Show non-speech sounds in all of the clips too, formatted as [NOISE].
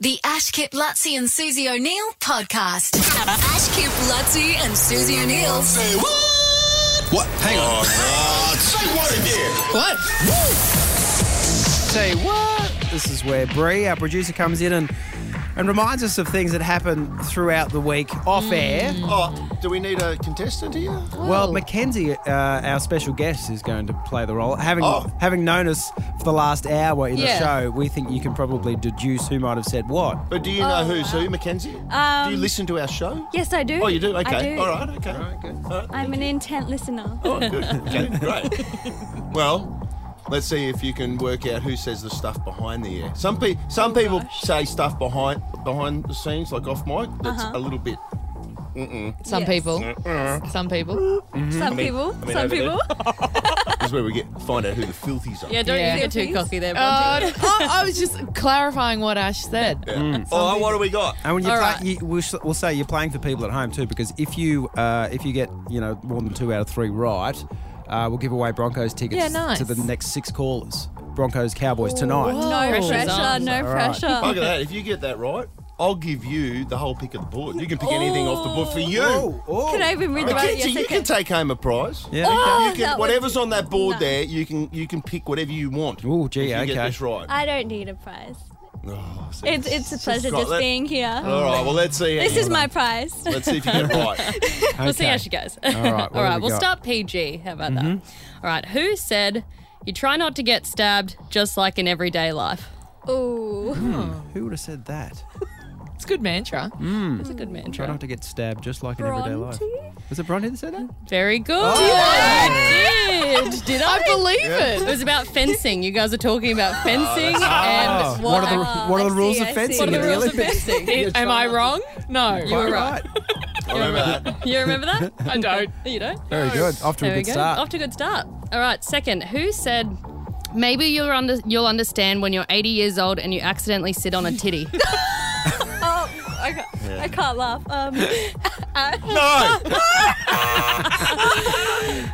The Ashkip Lutzi and Susie O'Neill podcast. Ashkip Lutzi and Susie O'Neill. Say what? What? Hang on. Oh, God. Say [LAUGHS] what again? What? Say what? This is where Bree, our producer, comes in and and reminds us of things that happen throughout the week off Mm. air. Oh, do we need a contestant here? Well, Mackenzie, uh, our special guest, is going to play the role. Having Oh. having known us for the last hour in the Yeah. show, we think you can probably deduce who might have said what. But do you know who's who, Mackenzie? do you listen to our show? Oh, uh, um, Yes, I do. Oh, you do? Okay. I do. All right, okay. All right, good. I'm an intent listener. Oh, [LAUGHS] good. Okay, great. Well, let's see if you can work out who says the stuff behind the air. Some, pe- some Oh, people say stuff behind behind the scenes, like off mic, that's Uh-huh. a little bit. Some people. I Some people. Some mean- people. Mm-hmm. I mean, Some over there. people. This is where we get find out who the filthies are. Yeah, don't Yeah. you get too Please. cocky there, Uh, Bronte. [LAUGHS] I, I was just clarifying what Ash said. [LAUGHS] Oh, what do we got? And when you play, All right. you, we'll, s- we'll say you're playing for people at home too, because if you uh, if you get you know more than two out of three right, uh, we'll give away Broncos tickets Yeah, nice. to the next six callers. Broncos Cowboys tonight. No Pressure's pressure. on. No All right. pressure. Look at that. If you get that right, I'll give you the whole pick of the board. You Oh. can pick anything off the board for you. Oh, oh. Can I even read the right? Mackenzie, Yes, you okay. can take home a prize. Yeah. Oh, You can, that was- whatever's on that board No. there, you can you can pick whatever you want. Ooh, gee, if you get okay. this right. I don't need a prize. Oh, see, It's it's a pleasure got just that- being here. All right, Oh. well let's see. how This you is get on. my prize. Let's see if you [LAUGHS] get it right. We'll see how she goes. All right, what [LAUGHS] All right, have we we'll got? Mm-hmm. start PG. How about that? All right, who said you try not to get stabbed just like in everyday life? Hmm. Ooh. Who would have said that? It's a good mantra. Mm. It's a good Try mantra. not to get stabbed, just like in everyday life. Bronte? Was it Bronte that said that? Very good. Oh! You did. Did I? Believe It was about fencing. You guys are talking Oh, about fencing and what are the I- what are I the rules see, of I see. fencing What what are are the in the rules of [LAUGHS] Olympics? fencing? Am I wrong? No, you were right. I remember that. You remember [LAUGHS] that? I don't. You don't? Very good. Off to There a we good go. start. Off to a good start. All right. Second, who said maybe you'll under, you'll understand when you're 80 years old and you accidentally sit on a titty? [LAUGHS] Oh, I can't, I can't laugh. [LAUGHS] Um, No.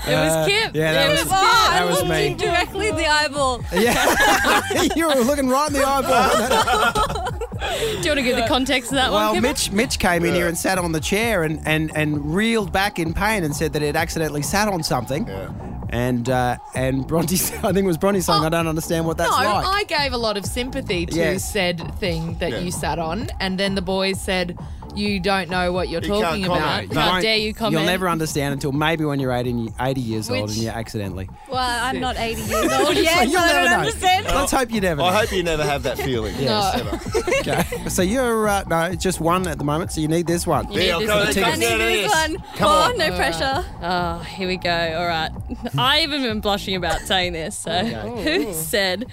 it was Uh, Kip. yeah, it that was- [LAUGHS] was, oh, I That was looked me. you directly in the eyeball. yeah, [LAUGHS] you were looking right [LAUGHS] in the eyeball. [LAUGHS] Do you want to give the context to that Well, one? Kip? Mitch Mitch came in here and sat on the chair and, and, and reeled back in pain and said that it accidentally sat on something. Yeah. And uh, and Bronte, [LAUGHS] I think it was Bronte saying, Oh. I don't understand what that's no, like. I- I gave a lot of sympathy to Yes. said thing that Yeah. you sat on, and then the boys said, "You don't know what you're You can't talking about." comment. No. How Don't- dare you comment? [LAUGHS] You'll never understand until maybe when you're 80, 80 years old Which- and you accidentally. Well, I'm not [LAUGHS] 80 years old yet. You'll so I never don't know. understand. Oh, Let's hope you never. I know. hope you never have that feeling. Yes. [LAUGHS] Never. Okay. So you're uh, no, it's just one at the moment. So you need this one. need I'll this go- one. let's I go I need down to this one. Come oh, on. no pressure. Oh, here we go. All right. I even been blushing about saying this. So, who said,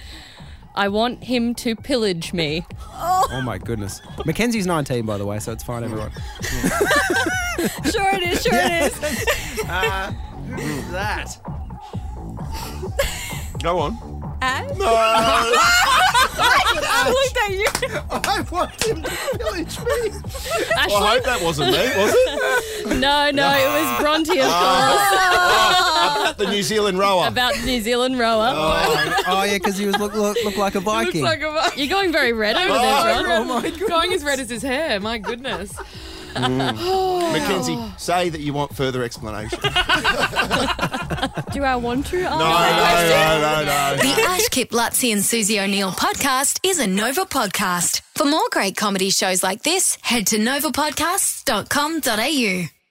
I want him to [LAUGHS] pillage me? Oh my goodness. Mackenzie's 19, by the way, so it's fine, everyone. Sure it is, sure it is. [LAUGHS] Uh, that. Go on. [LAUGHS] And No. I looked at you. I want him to pillage me. Ashley? I hope that wasn't me, was [LAUGHS] it? No, no, it was Bronte, [LAUGHS] of Ah. course. About the New Zealand rower. About the New Zealand rower. Oh yeah, because he was look look look like a Viking. You're going very red over Oh, there, Bron. Oh my goodness. Going as red as his hair. My goodness. Mackenzie, say that you want further [LAUGHS] explanation. no, Do I want to? no, Oh, no, no, The Ashkip Lutzi and Susie O'Neill podcast is a Nova podcast. For more great comedy shows like this, head to novapodcasts.com.au.